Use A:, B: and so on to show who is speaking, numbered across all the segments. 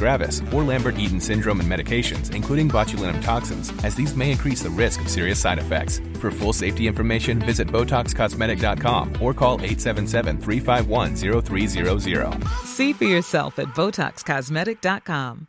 A: gravis, or Lambert Eaton syndrome, and medications, including botulinum toxins, as these may increase the risk of serious side effects. For full safety information, visit BotoxCosmetic.com or call 877 351 0300.
B: See for yourself at BotoxCosmetic.com.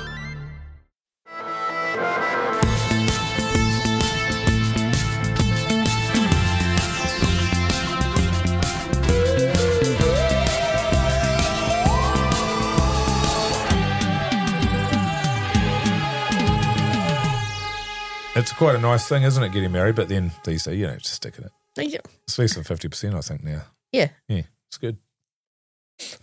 C: It's quite a nice thing, isn't it, getting married? But then these days, you know, just stick in it.
D: Yeah.
C: It's less than 50%, I think, now.
D: Yeah.
C: Yeah, it's good.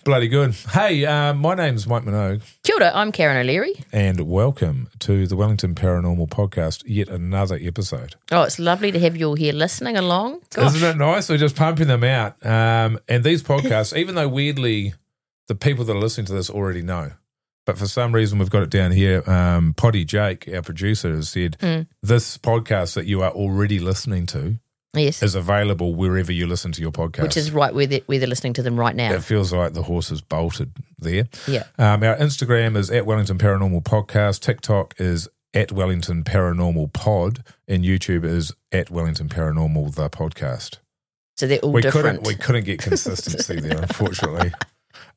C: Bloody good. Hey, uh, my name's Mike Minogue,
D: Kia ora, I'm Karen O'Leary.
C: and welcome to the Wellington Paranormal Podcast, yet another episode.
D: Oh, it's lovely to have you all here listening along.
C: Isn't it nice? We're just pumping them out. Um, and these podcasts, even though weirdly the people that are listening to this already know, but for some reason we've got it down here. Um, Potty Jake, our producer, has said
D: Hmm.
C: this podcast that you are already listening to
D: Yes.
C: is available wherever you listen to your podcast.
D: Which is right where they're, where they're listening to them right now.
C: It feels like the horse is bolted there.
D: Yeah.
C: Um, our Instagram is at Wellington Paranormal Podcast. TikTok is at Wellington Paranormal Pod, and YouTube is at Wellington Paranormal the Podcast.
D: So they're all
C: we
D: different.
C: couldn't we couldn't get consistency there, unfortunately.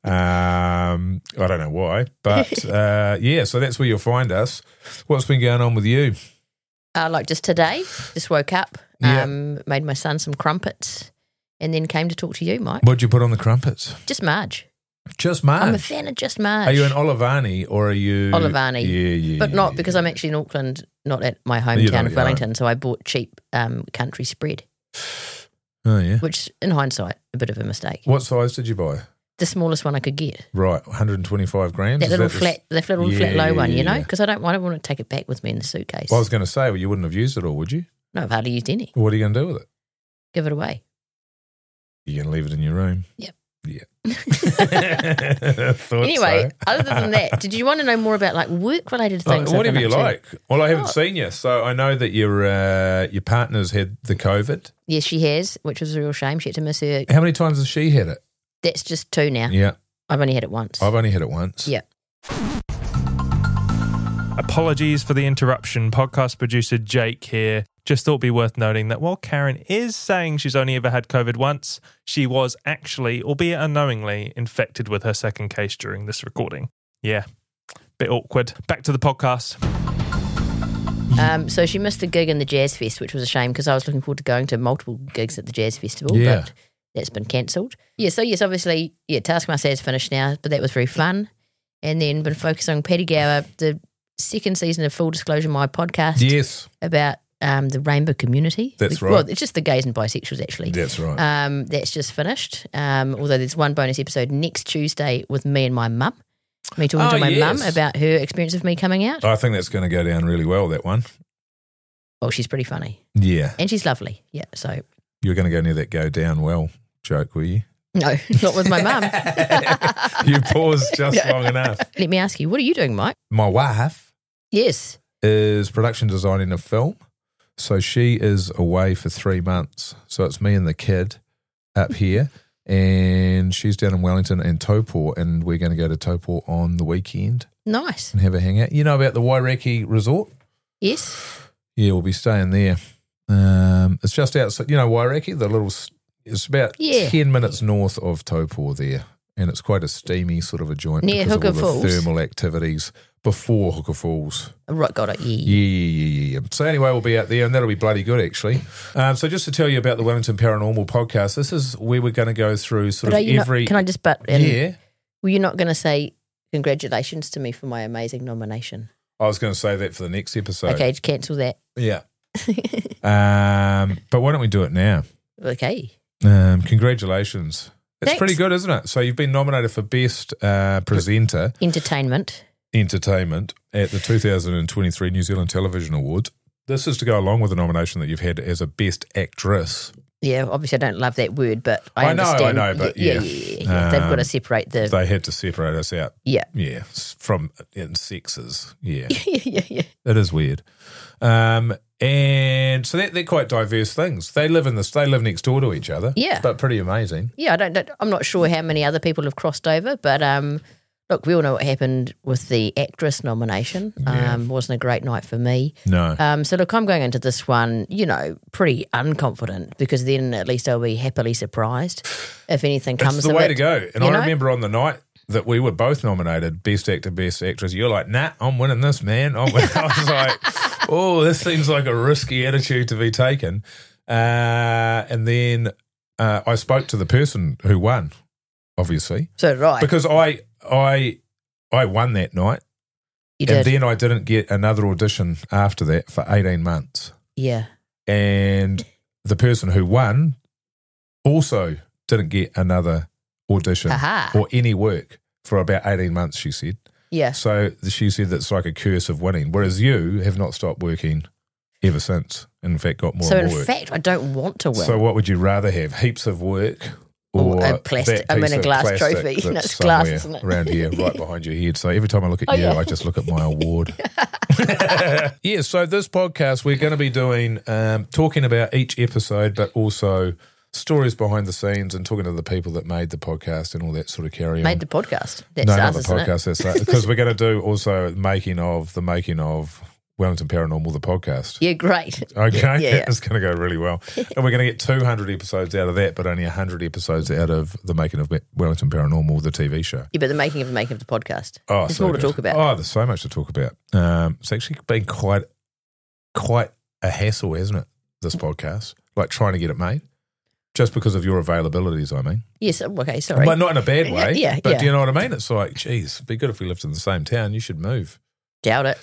C: Um, I don't know why, but uh, yeah. So that's where you'll find us. What's been going on with you?
D: uh, like just today, just woke up,
C: Yeah.
D: um, made my son some crumpets, and then came to talk to you, Mike.
C: What'd you put on the crumpets?
D: Just Marge.
C: Just Marge.
D: I'm a fan of just Marge.
C: Ah. Are you an Olivani or are you
D: Olivani?
C: Yeah, yeah.
D: But
C: yeah,
D: not
C: yeah,
D: because
C: yeah.
D: I'm actually in Auckland, not at my
C: You're not
D: hometown
C: at
D: of
C: your
D: Wellington. So I bought cheap um, country spread,
C: Oh yeah.
D: which in hindsight, a bit of a mistake.
C: What size did you buy?
D: The smallest one I could get.
C: Right, 125 grams.
D: That
C: Is
D: little
C: the s-
D: flat, that little flat
C: Yeah,
D: low
C: yeah,
D: one, you know,
C: yeah.
D: because I don't, I don't want to take it back with me in the suitcase.
C: Well, I was going to say, well, you wouldn't have used it all, would you?
D: no, I've hardly used any.
C: What are you going to do with it?
D: Give it away.
C: You're going to leave it in your room.
D: Yep.
C: Yeah. Thought
D: anyway,
C: so.
D: other than that, did you want to know more about like work related
C: Oh,
D: things? I've
C: whatever
D: been
C: you
D: up to?
C: like. Well, I haven't
D: Oh.
C: seen you, so I know that your uh, your partner's had the COVID.
D: Yes, she has, which was a real shame. She had to miss her.
C: How many times has she had it?
D: That's just two now.
C: Yeah,
D: I've only had it once.
C: I've only had it once.
D: yeah.
E: Apologies for the interruption. Podcast producer Jake here. Just thought it'd be worth noting that while Karen is saying she's only ever had COVID once, she was actually, albeit unknowingly, infected with her second case during this recording. Yeah. Bit awkward. Back to the podcast.
D: Um, so she missed the gig in the Jazz Fest, which was a shame because I was looking forward to going to multiple gigs at the Jazz Festival.
C: Yeah.
D: But that's been cancelled. Yeah. So, yes, obviously, yeah, Taskmaster is finished now, but that was very fun. And then been focused on Paddy Gower, the second season of Full Disclosure, my podcast
C: Yes,
D: about um, the rainbow community.
C: That's
D: The-
C: right.
D: Well, it's just the gays and bisexuals, actually.
C: that's right.
D: Um, that's just finished. Um, although there's one bonus episode next Tuesday with me and my mum. Me talking
C: Oh,
D: to my mum
C: yes. Oh.
D: about her experience of me coming out.
C: I think that's going to go down really well. That one.
D: Well, she's pretty funny
C: Yeah,
D: and she's lovely. Yeah. So
C: you were going to go near that go down well joke, were you?
D: no, not with my mum.
C: You paused just long enough.
D: Let me ask you, what are you doing, Mike?
C: My wife
D: Yes.
C: is production designing a film. So she is away for three months. So it's me and the kid up here, and she's down in Wellington and Topor, and we're going to go to Topor on the weekend
D: Nice.
C: and have a hangout. You know about the Wairaki Resort?
D: Yes.
C: Yeah, we'll be staying there. Um, it's just outside, you know, Wairaki, the little, s- it's about
D: Yeah.
C: 10 minutes north of Topor there. And it's quite a steamy sort of a joint
D: Near
C: because
D: Hooker
C: of all the
D: Falls.
C: thermal activities before Hooker Falls.
D: Right, got it. Yeah.
C: Yeah, yeah, yeah, yeah, yeah. So anyway, we'll be out there, and that'll be bloody good, actually. Um, so just to tell you about the Wellington Paranormal Podcast, this is where we're going to go through sort
D: But are
C: of
D: you
C: every
D: not, can I just butt in?
C: yeah.
D: Were you not going to say congratulations to me for my amazing nomination?
C: I was going to say that for the next episode.
D: Okay, just cancel that.
C: Yeah. um, but why don't we do it now?
D: Okay.
C: Um, congratulations. It's
D: Thanks.
C: pretty good, isn't it? So you've been nominated for Best uh, Presenter
D: Entertainment.
C: Entertainment at the 2023 New Zealand Television Awards. This is to go along with the nomination that you've had as a Best Actress.
D: Yeah, obviously I don't love that word, but I,
C: I know, I
D: understand.
C: know, but
D: yeah,
C: yeah.
D: yeah, yeah, yeah. they've got to
C: Um,
D: separate the
C: They had to separate us out,
D: yeah,
C: yeah, s- from uh, in sexes. Yeah,
D: yeah, yeah, yeah.
C: it is weird. Um, and so they're, they're quite diverse things. They live in this. They live next door to each other.
D: Yeah.
C: but pretty amazing.
D: Yeah, I don't, don't. I'm not sure how many other people have crossed over, but um, look, we all know what happened with the actress nomination.
C: Yeah.
D: Um, wasn't a great night for me.
C: No,
D: Um, so look, I'm going into this one, you know, pretty unconfident because then at least I'll be happily surprised if anything comes.
C: it's the
D: of
C: way
D: it.
C: to go. And
D: you
C: I
D: know?
C: remember on the night that we were both nominated Best Actor, Best Actress, you're like, nah, I'm winning this, man. I'm winning. I was like, oh, this seems like a risky attitude to be taken. Uh, and then uh, I spoke to the person who won, obviously,
D: So right,
C: because I I I won that night,
D: you
C: and
D: did.
C: then I didn't get another audition after that for 18 months
D: yeah,
C: and the person who won also didn't get another audition
D: Aha.
C: or any work for about 18 months she said
D: yeah.
C: so she said that's like a curse of winning whereas you have not stopped working ever since and in fact got more
D: So
C: and
D: in
C: more work
D: fact, I don't want to win.
C: so what would you rather have heaps of work
D: Or
C: or
D: a
C: that
D: plastic- I mean,
C: piece
D: a
C: of
D: glass
C: plastic
D: trophy.
C: that's
D: No, it's glass,
C: somewhere
D: isn't it?
C: around here right behind your head so every time i look at
D: Oh,
C: you
D: yeah.
C: i just look at my award yeah so this podcast we're going to be doing um, talking about each episode but also stories behind the scenes and talking to the people that made the podcast and all that sort of carry on
D: Made the podcast. That's
C: no,
D: us,
C: not the
D: isn't
C: podcast. That's that. Because we're going to do also making of the making of Wellington Paranormal, the podcast.
D: it? Yeah, great.
C: Okay,
D: Yeah, yeah, yeah.
C: it's going to go really well, and we're going to get 200 episodes out of that, but only 100 episodes out of the making of Wellington Paranormal, the TV show.
D: Yeah, but the making of the making of the podcast.
C: Oh,
D: There's
C: so
D: more to
C: good.
D: talk about.
C: Oh, there's so much to talk about. Um, it's actually been quite, quite a hassle, hasn't it? This
D: Mm.
C: podcast, like trying to get it made, just because of your availabilities. I mean,
D: Yes. oh, Okay. Sorry.
C: but not in a bad
D: Yeah,
C: way.
D: yeah,
C: but
D: yeah.
C: do you know what I mean? It's like, geez, it'd be good if we lived in the same town. You should move.
D: Doubt it.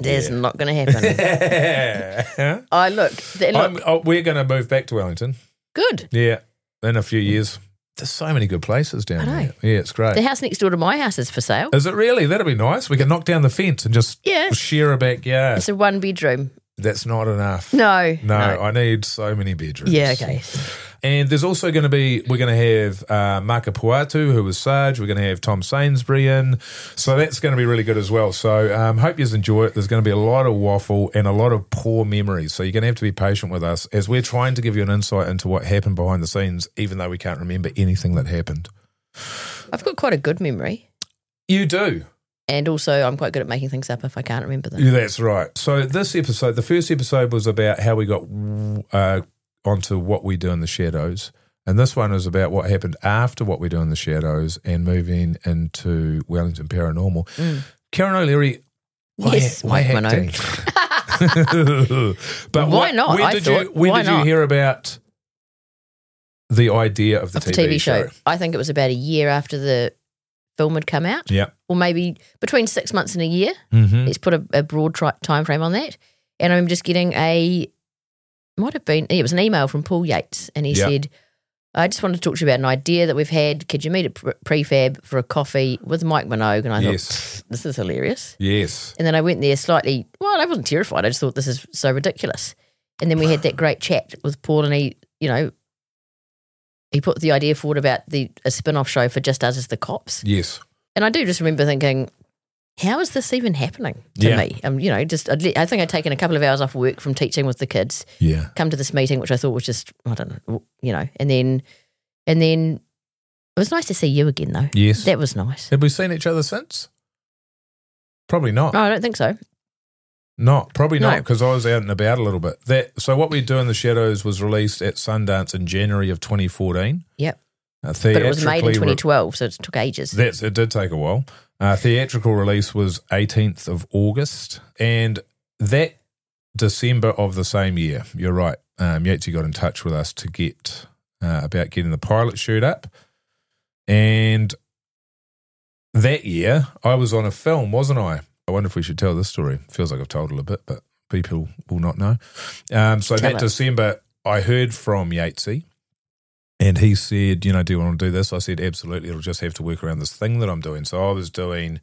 D: There's
C: Yeah.
D: not going to happen. I look. They look
C: I'm- oh, we're going to move back to Wellington.
D: good.
C: Yeah, in a few years. There's so many good places down
D: I know.
C: there. Yeah, it's great.
D: The house next door to my house is for sale.
C: Is it really? That'd be nice. We can knock down the fence and just
D: Yeah.
C: share a backyard.
D: It's a one bedroom.
C: That's not enough.
D: No.
C: No, I need so many bedrooms.
D: Yeah. Okay.
C: And there's also going to be, we're going to have uh, Maka Puatu, who was Sarge. We're going to have Tom Sainsbury in. So that's going to be really good as well. So um, hope you enjoy it. There's going to be a lot of waffle and a lot of poor memories. So you're going to have to be patient with us as we're trying to give you an insight into what happened behind the scenes, even though we can't remember anything that happened.
D: I've got quite a good memory,
C: You do.
D: and also I'm quite good at making things up if I can't remember them.
C: Yeah, that's right. So this episode, the first episode was about how we got uh, onto what we do in the shadows, and this one is about what happened after what we do in the shadows and moving into Wellington Paranormal. Karen O'Leary, why,
D: Yes,
C: why
D: Mike
C: acting? but
D: Why
C: what-
D: not?
C: When
D: I
C: did
D: thought,
C: you when
D: why
C: did you
D: not?
C: hear about the idea of the,
D: Of the TV show. I think it was about a year after the film had come out,
C: Yeah.
D: or maybe between six months and a year.
C: Mm-hmm.
D: Let's put a, a broad tri- time frame on that. And I'm just getting a might have been it was an email from Paul Yates, and he
C: Yeah.
D: said, "I just wanted to talk to you about an idea that we've had. Could you meet at Pre- prefab for a coffee with Mike Minogue?" And I
C: Yes.
D: thought, "This is hilarious."
C: Yes.
D: And then I went there slightly. Well, I wasn't terrified. I just thought this is so ridiculous. And then we had that great chat with Paul, and he, you know, he put the idea forward about the a spin off show for just us as the cops.
C: Yes.
D: And I do just remember thinking, how is this even happening to
C: Yeah.
D: me? Um, you know, just I'd, let- I think I'd taken a couple of hours off work from teaching with the kids,
C: Yeah.
D: come to this meeting, which I thought was just I don't know, you know, and then and then it was nice to see you again though.
C: Yes.
D: that was nice.
C: Have we seen each other since? Probably not.
D: Oh, I don't think so.
C: Not probably
D: No.
C: not because I was out and about a little bit. That so what we do in the shadows was released at Sundance in January of 2014.
D: Yep,
C: Uh,
D: but it was made in
C: theatrically re-
D: 2012, so it took ages.
C: That's it. Did take a while. Uh, theatrical release was 18th of August, and that December of the same year. You're right. Um, Yatesy got in touch with us to get uh, about getting the pilot shoot up, and that year I was on a film, wasn't I? I wonder if we should tell this story. Feels like I've told it a bit, but people will not know. Um, so
D: Tell
C: that
D: it.
C: December, I heard from Yatesy. And he said, you know, do you want to do this? I said, absolutely. It'll just have to work around this thing that I'm doing. So I was doing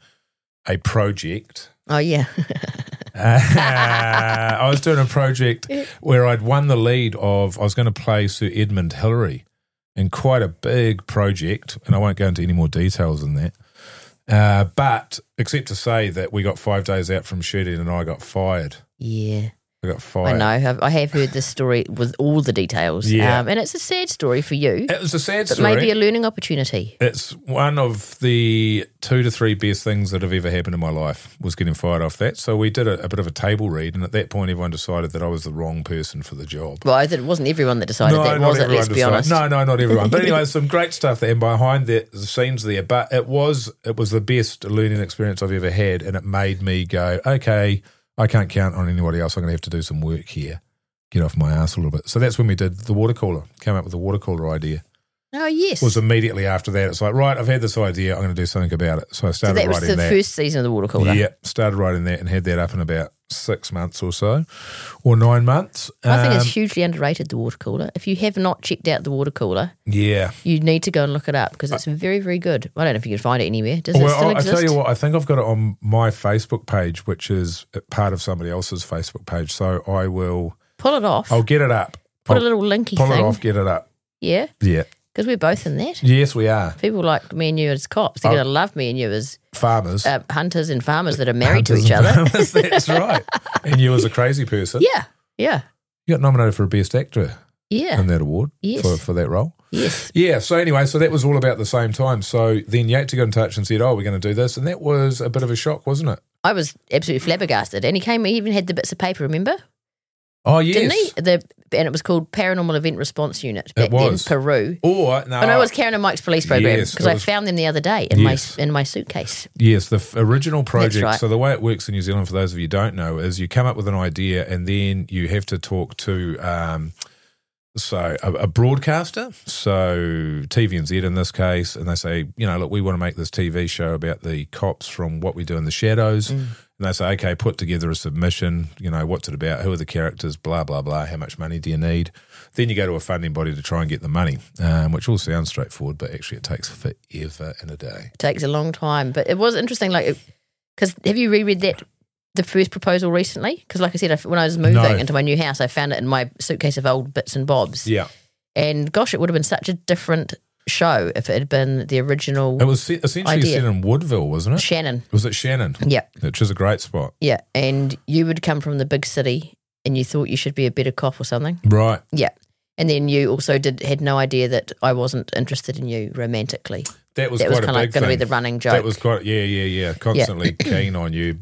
C: a project.
D: Oh yeah,
C: Uh, I was doing a project where I'd won the lead of, I was going to play Sir Edmund Hillary in quite a big project. And I won't go into any more details than that. Uh, but except to say that we got five days out from shooting and I got fired.
D: yeah.
C: I got
D: I
C: fired.
D: know. I've, I have heard this story with all the details.
C: Yeah.
D: Um, and it's a sad story for you,
C: It was a sad
D: but
C: story.
D: maybe a learning opportunity.
C: It's one of the two to three best things that have ever happened in my life was getting fired off that. So we did a, a bit of a table read, and at that point, everyone decided that I was the wrong person for the job.
D: Well, I- it wasn't everyone that decided that,
C: not
D: was it?
C: everyone
D: Let's be
C: decided-
D: honest.
C: No, no, not everyone. But anyway, some great stuff there and behind the, the scenes there. But it was it was the best learning experience I've ever had, and it made me go, okay, I can't count on anybody else. I'm going to have to do some work here, get off my ass a little bit. So that's when we did the water cooler. Came up with the water cooler idea
D: Oh, yes.
C: was immediately after that. It's like, right, I've had this idea. I'm going to do something about it. So I
D: so
C: started
D: that was
C: writing
D: the
C: that.
D: first season of the water cooler.
C: yeah, started writing that and had that up in about six months or so, or nine months.
D: I think
C: Um,
D: it's hugely underrated, the water cooler. If you have not checked out the water cooler,
C: yeah.
D: you need to go and look it up because it's very, very good. I don't know if you can find it anywhere. Does it still
C: I, I
D: exist?
C: tell you what, I think I've got it on my Facebook page, which is part of somebody else's Facebook page. So I will,
D: Pull it off.
C: I'll get it up.
D: Put a
C: I'll
D: little linky
C: pull
D: thing.
C: it off, get it up.
D: Yeah,
C: Yeah.
D: because we're both in that.
C: Yes, we are
D: People like me and you as cops. They're
C: Oh.
D: going to love me and you as
C: farmers.
D: uh, hunters and farmers that are married to
C: Hunters
D: each
C: and
D: other.
C: farmers, That's right. And you, as a crazy person,
D: yeah, yeah,
C: you got nominated for a best actor
D: yeah.
C: in that award
D: Yes.
C: for, for that role.
D: yes.
C: Yeah. So anyway, so that was all about the same time. So then Yates got in touch and said, "Oh, we're going to do this," and that was a bit of a shock, wasn't it?
D: I was absolutely flabbergasted. And he came, he even had the bits of paper, remember?
C: Oh yes.
D: Didn't he? The, and it was called Paranormal Event Response Unit back
C: It was.
D: then, Peru.
C: Or no,
D: I know it was Karen and Mike's police program
C: Yes,
D: because
C: it
D: I
C: was-
D: found them the other day in
C: Yes.
D: my in my suitcase.
C: yes, the f- original project.
D: right.
C: So the way it works in New Zealand, for those of you who don't know, is you come up with an idea and then you have to talk to. Um, so a, a broadcaster, so TVNZ in this case, and they say, you know, look, we want to make this TV show about the cops from what we do in the shadows. And they say, okay, put together a submission. You know, what's it about? Who are the characters? Blah blah blah. How much money do you need? Then you go to a funding body to try and get the money, um, which all sounds straightforward, but actually it takes forever and a day.
D: It takes a long time, but it was interesting. Like, because have you reread that the first proposal recently? Because, like I said, I f when I was moving
C: No.
D: into my new house, I found it in my suitcase of old bits and bobs.
C: Yeah.
D: And gosh, it would have been such a different show if it had been the original
C: It was se- essentially
D: Idea.
C: set in Woodville, wasn't it?
D: Shannon.
C: Was it Shannon?
D: Yeah,
C: Which is a great spot.
D: yeah. And you would come from the big city, and you thought you should be a better cop or something.
C: Right.
D: Yeah. And then you also did had no idea that I wasn't interested in you romantically.
C: That was
D: That was
C: quite a
D: kinda
C: big
D: like gonna be
C: thing.
D: the running
C: That
D: joke.
C: was quite, yeah, yeah, yeah. Constantly keen on you,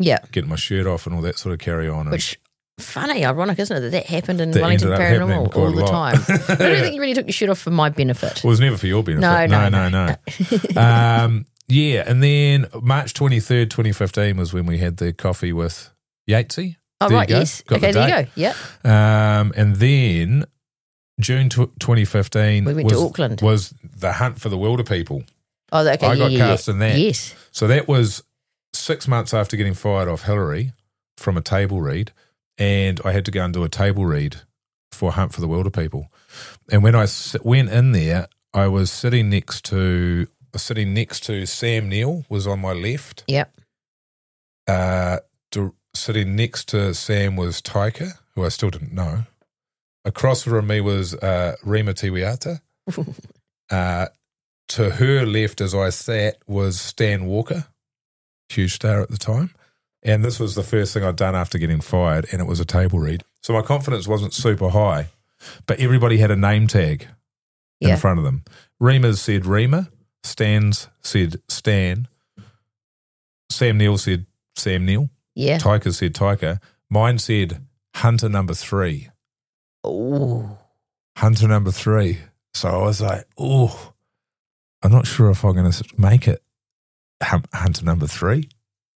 D: Yeah.
C: getting my shirt off and all that sort of carry on. And
D: Which funny, ironic, isn't it? That that happened in
C: Mm. That
D: Wellington
C: ended up happening
D: Paranormal
C: quite
D: all
C: a
D: the
C: lot.
D: time. But I don't think you really took your shirt off for my benefit.
C: it was never for your benefit.
D: No, no,
C: no. no, no. um, yeah. And then March 23rd, 2015 was when we had the coffee with Yatesy.
D: oh
C: There you
D: right,
C: go.
D: yes.
C: Got the
D: okay, there you
C: date.
D: go. Yep.
C: Um, and then June tw 2015
D: We went
C: was,
D: to Auckland.
C: was the hunt for the wilder people.
D: Oh, okay.
C: I
D: yeah,
C: got
D: yeah, yeah.
C: cast in that.
D: Yes.
C: So that was six months after getting fired off Hillary from a table read, and I had to go and do a table read for Hunt for the Wilder People. And when I s- went in there, I was sitting next to sitting next to Sam Neill was on my left.
D: Yep.
C: Uh, dir- sitting next to Sam was Taika, who I still didn't know. Across from me was uh, Rima Tiwiata. Uh, to her left, as I sat, was Stan Walker huge star at the time. And this was the first thing I'd done after getting fired, and it was a table read. So my confidence wasn't super high, but everybody had a name tag
D: Yeah.
C: in front of them. Reema's said Reema, Stans said Stan, Sam Neil said Sam Neil,
D: Yeah.
C: Tyker said Tyker. Mine said Hunter number three.
D: Ooh.
C: Hunter number three. So I was like, oh, I'm not sure if I'm going to make it. Hum- Hunter number three.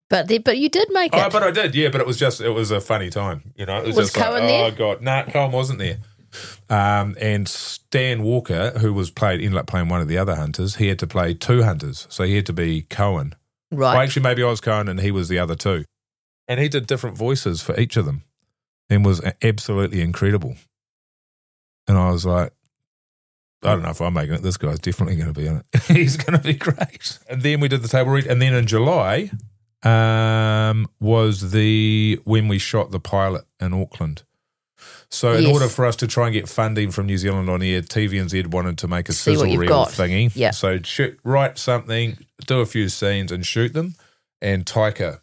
D: But the, but you did make it.
C: Oh, but I did, yeah. But it was just, it was a funny time, you know. It was,
D: Was
C: just like,
D: Cohen
C: oh
D: there?
C: god, nah, Cohen wasn't there. Um, and Stan Walker, who was played, ended up playing one of the other hunters. He had to play two hunters, so he had to be Cohen. Well,
D: right.
C: actually, maybe I was Cohen and he was the other two. And he did different voices for each of them and was a- absolutely incredible. And I was like, I don't know if I'm making it. This guy's definitely going to be in it. He's going to be great. And then we did the table read. And then in July um, was the when we shot the pilot in Auckland. So in
D: Yes.
C: order for us to try and get funding from New Zealand on air, TVNZ wanted to make a
D: See what
C: sizzle
D: you've
C: reel
D: got.
C: thingy.
D: Yeah.
C: So shoot, write something, do a few scenes, and shoot them. And Taika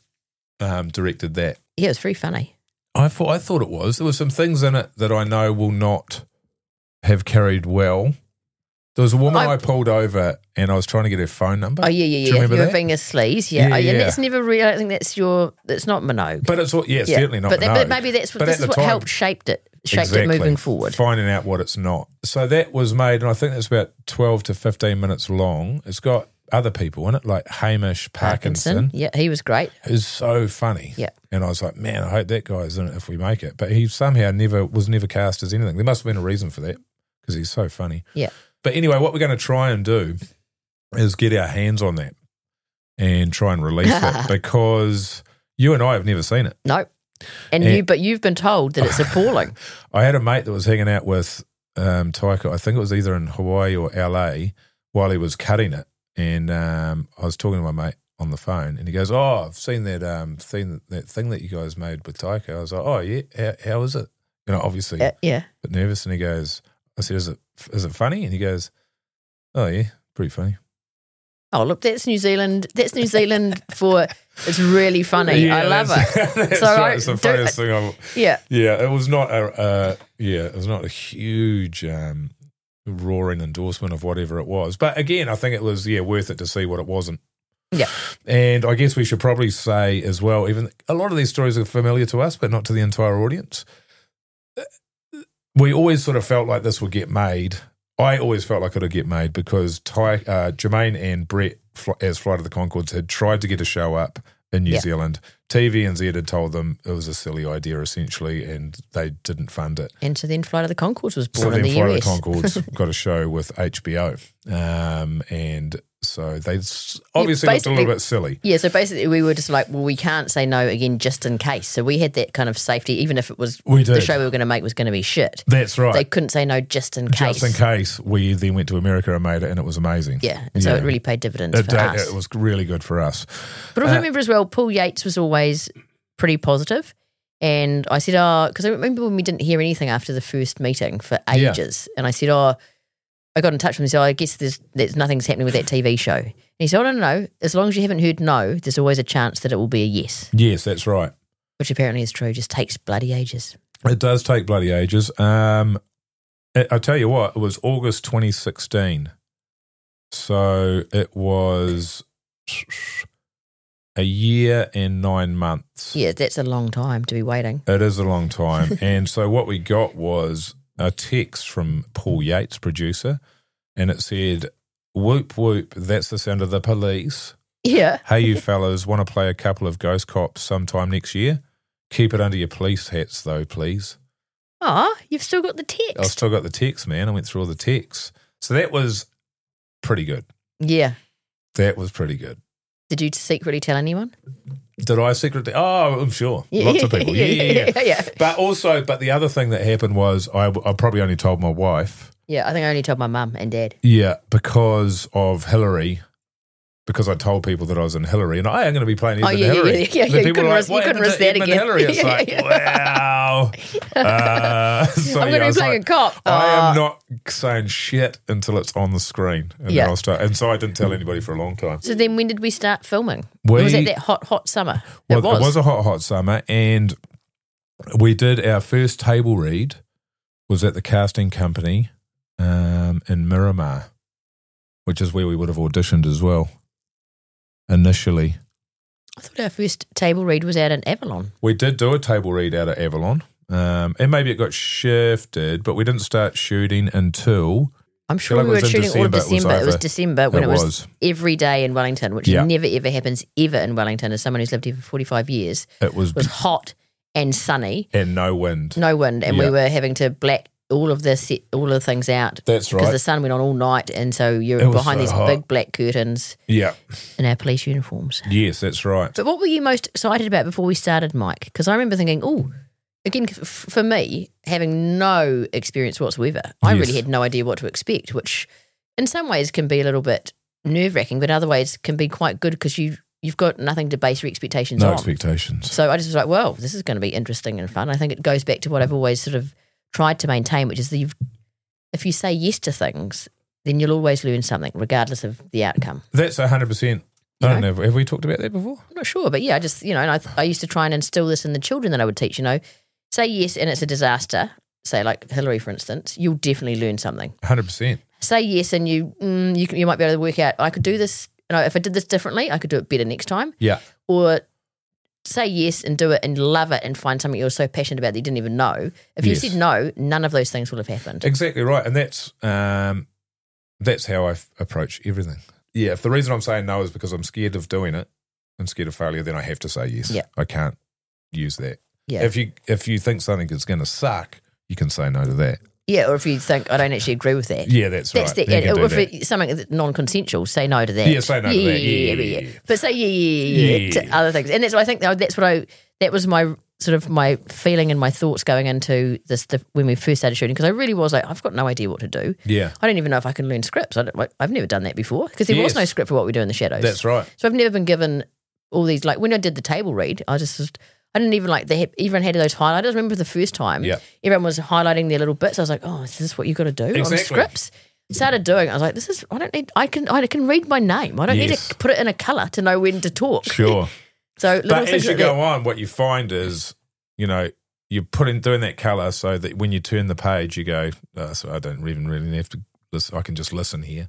C: um, directed that.
D: Yeah, it was pretty funny.
C: I thought I thought it was. There were some things in it that I know will not have carried well. There was a woman
D: I-
C: I, pulled over, and I was trying to get her phone number.
D: Oh yeah, yeah,
C: Do you
D: yeah.
C: remember
D: You were
C: that?
D: being a sleaze. Yeah.
C: Yeah,
D: oh, yeah.
C: yeah.
D: That's never really. I don't think that's your. That's not Minogue.
C: but it's all- yeah, it's
D: Yeah.
C: certainly not.
D: But, that, but
C: Minogue.
D: maybe that's what
C: But
D: this
C: at
D: is
C: the
D: what
C: time-
D: helped shaped it. Shaped it
C: Exactly.
D: moving forward.
C: Finding out what it's not. So that was made, and I think that's about 12 to 15 minutes long. It's got other people in it, like Hamish Parkinson,
D: Yeah, he was great.
C: who's so funny.
D: Yeah.
C: And I was like, man, I hope that guy's in it if we make it. But he somehow never was never cast as anything. There must have been a reason for that because he's so funny.
D: Yeah.
C: But anyway, what we're going to try and do is get our hands on that and try and release it because you and I have never seen it.
D: No. And
C: Yeah.
D: you, but you've been told that it's appalling.
C: I had a mate that was hanging out with um, Taika. I think it was either in Hawaii or LA while he was cutting it. And um, I was talking to my mate on the phone, and he goes, "Oh, I've seen that um thing that thing that you guys made with Taika." I was like, "Oh yeah, how, how is it?" You know, obviously
D: Uh, yeah.
C: but nervous. And he goes, "I said, is it is it funny?" And he goes, "Oh yeah, pretty funny."
D: Oh look, that's New Zealand. That's New Zealand for it's really funny. I love
C: that's-
D: it.
C: that's
D: so
C: right.
D: I
C: it's the
D: do-
C: funniest thing I've
D: yeah,
C: Yeah, it was not a uh, yeah, it was not a huge um, roaring endorsement of whatever it was. But again, I think it was yeah worth it to see what it wasn't.
D: yeah,
C: And I guess we should probably say as well, even a lot of these stories are familiar to us, but not to the entire audience. We always sort of felt like this would get made. I always felt like it would get made because Ty, uh, Jermaine and Brett, fl- as Flight of the Concords, had tried to get a show up in New
D: Yeah.
C: Zealand. TVNZ had told them it was a silly idea, essentially, and they didn't fund it.
D: and so then Flight of the Concords was
C: So
D: born in
C: then
D: the
C: Flight of the
D: US.
C: Concords got a show with HBO. Um, and so they s-
D: Yeah,
C: obviously looked a little
D: basically-
C: bit silly.
D: yeah, so basically we were just like, well, we can't say no again, just in case. So we had that kind of safety, even if it was
C: We
D: the
C: did.
D: show we were going to make was going to be shit.
C: That's right.
D: They couldn't say no just in case.
C: Just in case we then went to America and made it, and it was amazing.
D: Yeah, and so it really paid dividends
C: It
D: for
C: did-
D: us.
C: it was really good for us.
D: But also remember as well, Paul Yates was always pretty positive. And I said, oh, because I remember when we didn't hear anything after the first meeting for
C: Yeah.
D: ages. And I said, oh, I got in touch with him and said, oh, I guess there's, there's nothing's happening with that TV show. And he said, oh, no, no, no. As long as you haven't heard no, there's always a chance that it will be a yes,
C: Yes, that's right.
D: which apparently is true. Just takes bloody ages.
C: It does take bloody ages. Um, I I tell you what, it was August 2016. So it was a year and nine months.
D: Yeah, that's a long time to be waiting.
C: It is a long time. and so what we got was a text from Paul Yates, producer, and it said, Whoop, whoop, that's the sound of the police.
D: Yeah.
C: Hey, you fellas, want to play a couple of Ghost Cops sometime next year? Keep it under your police hats, though, please.
D: Oh, you've still got the text.
C: I still got the text, man. I went through all the texts. So that was pretty good.
D: yeah.
C: That was pretty good.
D: Did you secretly tell anyone?
C: Did I secretly? Oh, I'm sure. Lots of people. Yeah, yeah, yeah.
D: yeah.
C: But also, but the other thing that happened was I, I probably only told my wife.
D: Yeah, I think I only told my mum and dad.
C: Yeah, because of Hillary because I told people that I was in Hillary and I am going to be playing
D: Oh,
C: Edmund
D: yeah, yeah,
C: Hillary.
D: yeah, yeah, yeah.
C: And
D: You
C: people
D: couldn't
C: were like,
D: risk- you
C: "What
D: couldn't
C: happened
D: risk
C: to
D: that
C: Edmund
D: again."
C: Hillary. It's
D: Yeah,
C: like,
D: yeah.
C: wow. Uh, so,
D: I'm gonna
C: yeah,
D: be
C: I was
D: playing
C: like,
D: a cop.
C: I am
D: Uh.
C: not saying shit until it's on the screen, and
D: Yeah.
C: then I'll start. And so I didn't tell anybody for a long time.
D: So then when did we start filming?
C: We-
D: it was at that hot, hot summer.
C: Well,
D: it was.
C: a hot, hot summer, and we did our first table read was at the casting company um, in Miramar, which is where we would have auditioned as well. Initially,
D: I thought our first table read was out in Avalon.
C: we did do a table read out at Avalon, um, and maybe it got shifted, but we didn't start shooting until
D: I'm sure
C: like
D: we
C: it
D: were
C: was in
D: shooting all of
C: December, it was
D: December. It was,
C: either-
D: December when
C: it
D: it was,
C: was.
D: every day in Wellington, which
C: Yeah.
D: never ever happens ever in Wellington. As someone who's lived here for 45 years,
C: it was
D: it was hot and sunny,
C: and no wind.
D: no wind, and
C: Yeah.
D: we were having to black all of the set, all of the things out
C: That's
D: because
C: right.
D: the sun went on all night, and so
C: It
D: you're
C: was
D: behind
C: so
D: these
C: hot.
D: big black curtains
C: yeah,
D: in our police uniforms.
C: yes, that's right.
D: But what were you most excited about before we started, Mike? Because I remember thinking, oh, again, f- for me, having no experience whatsoever, I
C: Yes.
D: really had no idea what to expect, which in some ways can be a little bit nerve wracking, but in other ways can be quite good because you, you've got nothing to base your expectations
C: No
D: on.
C: expectations.
D: So I just was like, well, this is going to be interesting and fun. I think it goes back to what I've always sort of tried to maintain, which is that you've, if you say yes to things, then you'll always learn something, regardless of the outcome.
C: That's hundred percent. I don't know. Have, have we talked about that before?
D: I'm not sure, but yeah, I just you know, and I, I used to try and instill this in the children that I would teach. You know, say yes, and it's a disaster. Say like Hillary, for instance, you'll definitely learn something.
C: Hundred percent.
D: Say yes, and you mm, you can, you might be able to work out. I could do this. You know, if I did this differently, I could do it better next time.
C: Yeah.
D: Or say yes and do it and love it and find something you're so passionate about that you didn't even know. If you
C: Yes.
D: said no, none of those things would have happened.
C: Exactly right, and that's um, that's how I f- approach everything. Yeah, if the reason I'm saying no is because I'm scared of doing it, I'm scared of failure, then I have to say yes.
D: Yeah.
C: I can't use that.
D: Yeah.
C: If you if you think something is going to suck, you can say no to that.
D: yeah. Or if you think I don't actually agree with that.
C: Yeah, that's,
D: That's
C: right.
D: the,
C: You can do
D: if
C: that.
D: it's something that's non-consensual, say no to that.
C: Yeah, say no to that. Yeah, yeah, yeah.
D: But say yeah, yeah, yeah, yeah,
C: Yeah.
D: to other things. And that's what I think though, that's what I that was my sort of my feeling and my thoughts going into this the, when we first started shooting because I really was like I've got no idea what to do.
C: yeah,
D: I don't even know if I can learn scripts. I don't, I've never done that before because there
C: Yes.
D: was no script for what we do in the shadows.
C: that's right.
D: So I've never been given all these like when I did the table read, I just was- I didn't even like they had, everyone had those highlighters. I remember the first time,
C: Yeah.
D: everyone was highlighting their little bits. I was like, oh, is this what you got to do
C: Exactly.
D: on scripts? Started doing. it. I was like, this is. I don't need. I can. I can read my name. I don't need
C: Yes.
D: to put it in a color to know when to talk.
C: Sure.
D: So little
C: but
D: things
C: as you
D: like
C: go
D: that.
C: on, what you find is, you know, you put in doing that color so that when you turn the page, you go, oh, so I don't even really have to. Listen. I can just listen here.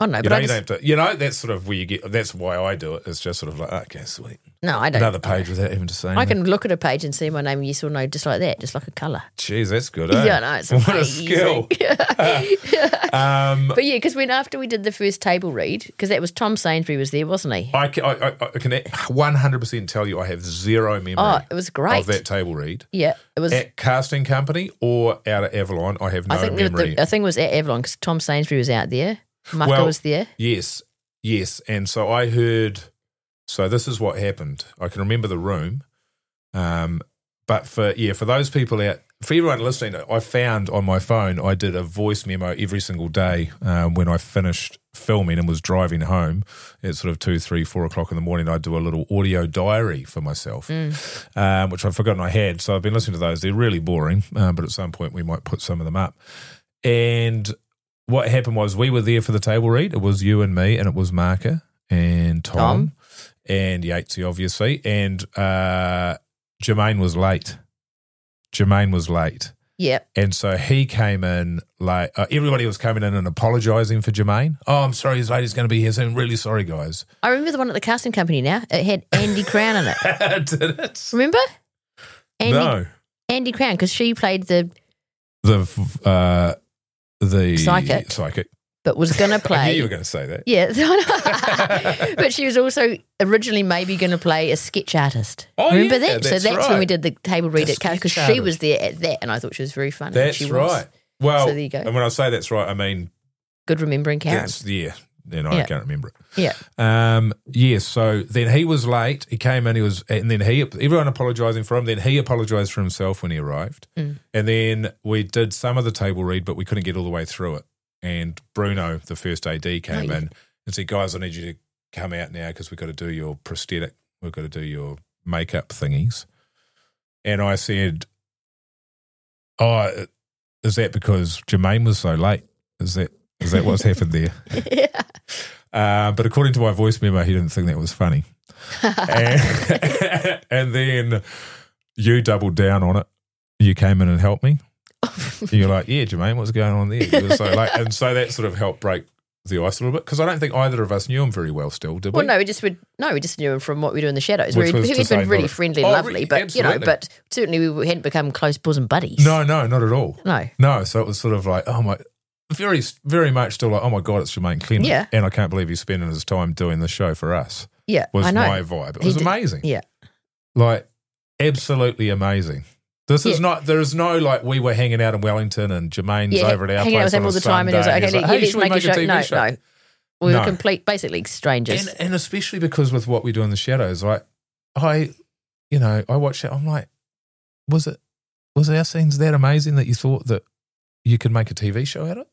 D: I don't know,
C: You
D: but
C: know,
D: I
C: you
D: just,
C: don't have to. You know, that's sort of where you get. That's why I do it. It's just sort of like, "Ah, okay, sweet,
D: no, I don't.
C: another page without even just saying.
D: I
C: it.
D: can look at a page and see my name, yes or no, just like that, just like a color.
C: Jeez, that's good. Eh?
D: Yeah, no, it's
C: what a
D: amazing.
C: skill. um,
D: But yeah, because when after we did the first table read, because that was Tom Sainsbury was there, wasn't he?
C: I can, I, I I can one hundred percent tell you, I have zero memory.
D: Oh, it was great.
C: of that table read
D: Yeah, it was.
C: at casting company or out at Avalon. I have no
D: I think the,
C: memory.
D: the, I think it was at Avalon because Tom Sainsbury was out there. Mucker
C: Well,
D: was there.
C: Yes, yes. And so I heard. So this is what happened. I can remember the room, um, but for yeah, for those people out, for everyone listening, I found on my phone I did a voice memo every single day um, when I finished filming and was driving home at sort of two, three, four o'clock in the morning. I do a little audio diary for myself,
D: Mm.
C: um, which I've forgotten I had. So I've been listening to those. They're really boring, um, but at some point we might put some of them up. And what happened was we were there for the table read. It was you and me, and it was Marker and Tom,
D: Tom.
C: and Yatesy, obviously. And uh, Jermaine was late. Jermaine was late.
D: Yep.
C: And so he came in like uh, everybody was coming in and apologizing for Jermaine. Oh, I'm sorry, his lady's going to be here soon. Really sorry, guys.
D: I remember the one at the casting company now. It had Andy Crown in it.
C: Did it?
D: Remember? Andy,
C: No,
D: Andy Crown, because she played the,
C: the f- uh, the
D: Psychic.
C: psychic.
D: but was going to
C: I knew
D: play.
C: you were going to say that.
D: yeah. but she was also originally maybe going to play a sketch artist.
C: Oh,
D: remember
C: yeah,
D: that? So
C: that's
D: that's when we
C: right.
D: did the table read
C: The
D: at because
C: sketch
D: she was
C: artist.
D: there at that, and I thought she was very funny.
C: That's
D: she was.
C: right. Well,
D: So there you go.
C: and when I say that's right, I mean
D: Good remembering, Karen.
C: that's yeah. And I
D: Yeah.
C: can't remember it.
D: Yeah.
C: Um, yes. So then he was late. He came in. He was, and then he everyone apologising for him. Then he apologised for himself when he arrived.
D: Mm.
C: And then we did some of the table read, but we couldn't get all the way through it. And Bruno, the first AD, came
D: Right.
C: in and said, "Guys, I need you to come out now because we've got to do your prosthetic. We've got to do your makeup thingies." And I said, "Oh, is that because Jermaine was so late? Is that is that what's happened there?"
D: yeah.
C: Uh, but according to my voice memo, he didn't think that was funny. and, and then you doubled down on it. You came in and helped me. You're like, yeah, Jermaine, what's going on there? You were so like, and so that sort of helped break the ice a little bit because I don't think either of us knew him very well. Still, did
D: Well,
C: we?
D: no, we just would no, we just knew him from what we do in the shadows.
C: Which
D: Where
C: was
D: he-
C: to
D: he'd
C: say
D: been really
C: not-
D: friendly,
C: Oh,
D: and
C: re-
D: lovely, but you
C: absolutely.
D: know, but certainly we hadn't become close bosom buddies.
C: no, no, not at all.
D: no,
C: No, so it was sort of like, oh my, very, very much still like, oh my god, it's Jermaine Clement,
D: Yeah.
C: and I can't believe he's spending his time doing this show for us.
D: yeah,
C: Was
D: I know.
C: my vibe. It
D: He
C: was
D: did-
C: amazing.
D: Yeah,
C: like absolutely amazing. This is
D: Yeah.
C: not. There is no like we were hanging out in Wellington and Jermaine's
D: yeah,
C: over at our
D: hanging
C: place
D: out with him
C: on
D: all
C: a
D: the time, and he was
C: Sunday.
D: like, "Okay,
C: He's
D: yeah,
C: hey,
D: let's
C: should we
D: make a show."
C: TV
D: No,
C: show?
D: no, we
C: No.
D: were complete, basically strangers.
C: And, and especially because with what we do in the shadows, like I, you know, I watch it. I'm like, was it was our scenes that amazing that you thought that you could make a TV show out of? it?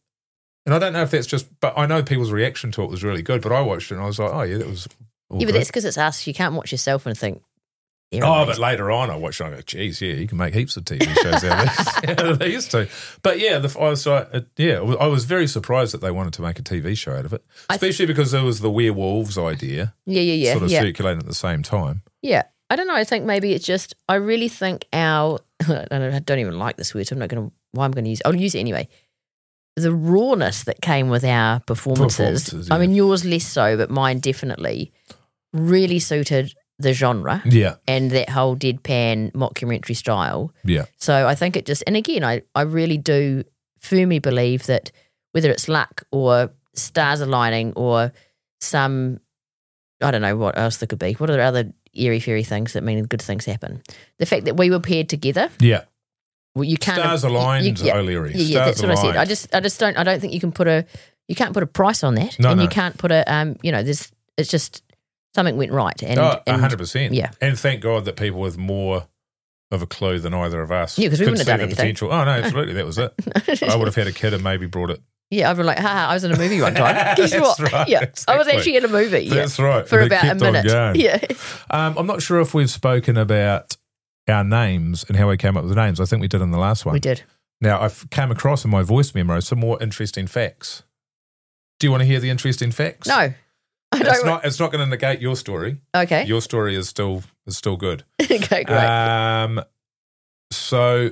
C: And I don't know if that's just, but I know people's reaction to it was really good. But I watched it and I was like, oh yeah, that was. all
D: yeah, but
C: good.
D: that's because it's us. You can't watch yourself and think. "They're
C: Oh, but
D: amazing."
C: later on, I watched. it, I go, geez, yeah, you can make heaps of TV shows out of these. out of these two. But yeah, the, I was like, uh, yeah, I was very surprised that they wanted to make a TV show out of it,
D: I th-
C: especially because there was the werewolves idea
D: yeah, yeah, yeah,
C: sort of
D: yeah.
C: circulating at the same time.
D: Yeah. I don't know. I think maybe it's just, I really think our, I don't, I don't even like this word, so I'm not going to, why I'm going to use I'll use it anyway. The rawness that came with our performances,
C: Performances,
D: I mean, yours less so, but mine definitely, really suited the genre
C: Yeah,
D: and that whole deadpan mockumentary style.
C: yeah,
D: So I think it just, and again, I, I really do firmly believe that whether it's luck or stars aligning or some, I don't know what else there could be. What are the other eerie, fairy things that mean good things happen? The fact that we were paired together,
C: yeah.
D: well, you can't
C: Stars aligned, O'Leary.
D: Yeah, yeah, that's
C: Stars
D: what I said. I
C: aligned.
D: just, I just don't, I don't think you can put a, you can't put a price on that,
C: No,
D: and you
C: no.
D: can't put a, um, you know, there's, it's just something went right, and
C: Oh,
D: and-
C: hundred percent.
D: yeah.
C: and thank God that people with more of a clue than either of us.
D: Yeah, 'cause we
C: could
D: wouldn't have
C: see
D: done
C: the
D: anything.
C: Potential. Oh no, absolutely, that was it. I would have had a kid and maybe brought it.
D: Yeah, I've been like, haha, I was in a movie one time. Guess
C: That's
D: what?
C: right,
D: yeah, I was
C: exactly.
D: actually in a movie. yeah,
C: That's right.
D: For
C: And it
D: about a
C: kept on
D: minute.
C: going.
D: Yeah.
C: Um, I'm not sure if we've spoken about our names and how we came up with the names. I think we did in the last one.
D: We did.
C: Now, I've came across in my voice memo some more interesting facts. Do you want to hear the interesting facts?
D: No. I
C: It's
D: don't.
C: not, it's not going to negate your story.
D: okay.
C: Your story is still is still good.
D: okay, great.
C: Um, so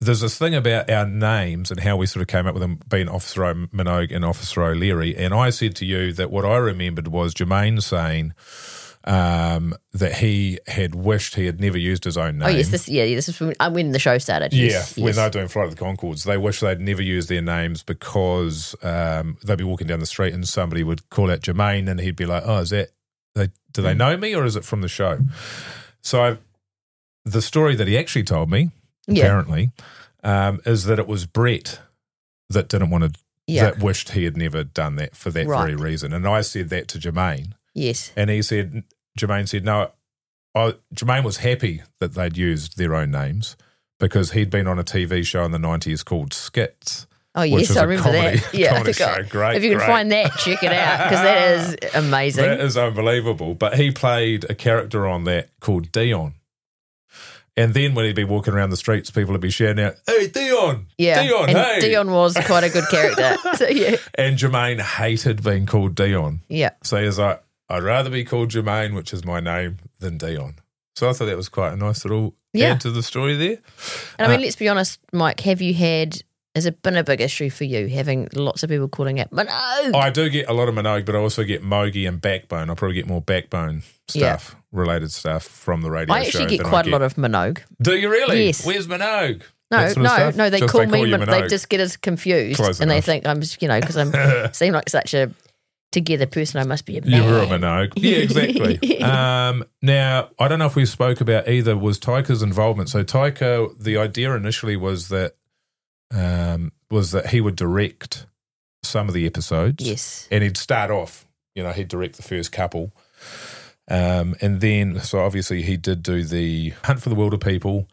C: there's this thing about our names and how we sort of came up with them being Officer O Minogue and Officer O'Leary. And I said to you that what I remembered was Jermaine saying um, that he had wished he had never used his own name.
D: oh, yes. This, yeah, this is when, uh, when the show started.
C: yeah,
D: yes,
C: when
D: yes.
C: they were doing Flight of the Concords, they wish they'd never used their names because um, they'd be walking down the street and somebody would call out Jermaine and he'd be like, oh, is that, they, do
D: Mm.
C: they know me or is it from the show? So I, the story that he actually told me
D: yeah.
C: apparently, um, is that it was Brett that didn't want to,
D: Yeah.
C: that wished he had never done that for that very
D: Right.
C: reason. And I said that to Jermaine,
D: Yes.
C: and he said, Jermaine said, no, I, Jermaine was happy that they'd used their own names because he'd been on a TV show in the 90s called Skits.
D: Oh,
C: Which
D: yes.
C: was
D: I
C: a
D: remember that.
C: comedy-
D: Yeah.
C: comedy
D: I think I-
C: show. Great,
D: If you can
C: great.
D: find that, check it out because that is amazing.
C: That is unbelievable. But he played a character on that called Dion. And then when he'd be walking around the streets, people would be shouting out, "Hey, Dion!
D: Yeah.
C: Dion!
D: and
C: hey!"
D: Dion was quite a good character. so yeah.
C: And Jermaine hated being called Dion,
D: Yeah.
C: so he was like, "I'd rather be called Jermaine, which is my name, than Dion." So I thought that was quite a nice little
D: Yeah.
C: add to the story there.
D: And I mean,
C: Uh,
D: let's be honest, Mike, have you had has it been a big issue for you having lots of people calling it Minogue?
C: Oh, I do get a lot of Minogue, but I also get Mogi and Backbone. I probably get more Backbone
D: Yeah.
C: stuff, related stuff from the radio
D: I
C: show.
D: actually get
C: than I
D: quite a lot of Minogue.
C: Do you really?
D: Yes.
C: Where's Minogue?
D: No,
C: That sort of
D: no,
C: stuff?
D: no. They
C: Just
D: call me.
C: you
D: Min- they
C: Minogue.
D: just get us confused,
C: Close
D: and they
C: enough.
D: think I'm, just, you know, because I'm seem like such a together person. I must be a
C: You were a
D: man.
C: Minogue. Yeah, exactly. um, now, I don't know if we spoke about either was Tyker's involvement. So Tyker, the idea initially was that um, was that he would direct some of the episodes.
D: Yes.
C: And he'd start off, you know, he'd direct the first couple. Um, and then so obviously he did do the Hunt for the Wilder People.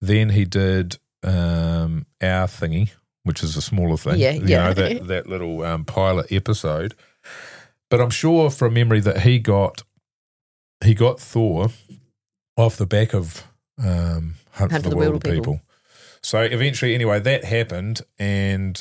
C: Then he did um, our thingy, which is a smaller thing.
D: Yeah,
C: you
D: yeah.
C: Know, that, that little um, pilot episode. But I'm sure from memory that he got he got Thor off the back of um, Hunt, for the, Wilder, people. So eventually, anyway, that happened, and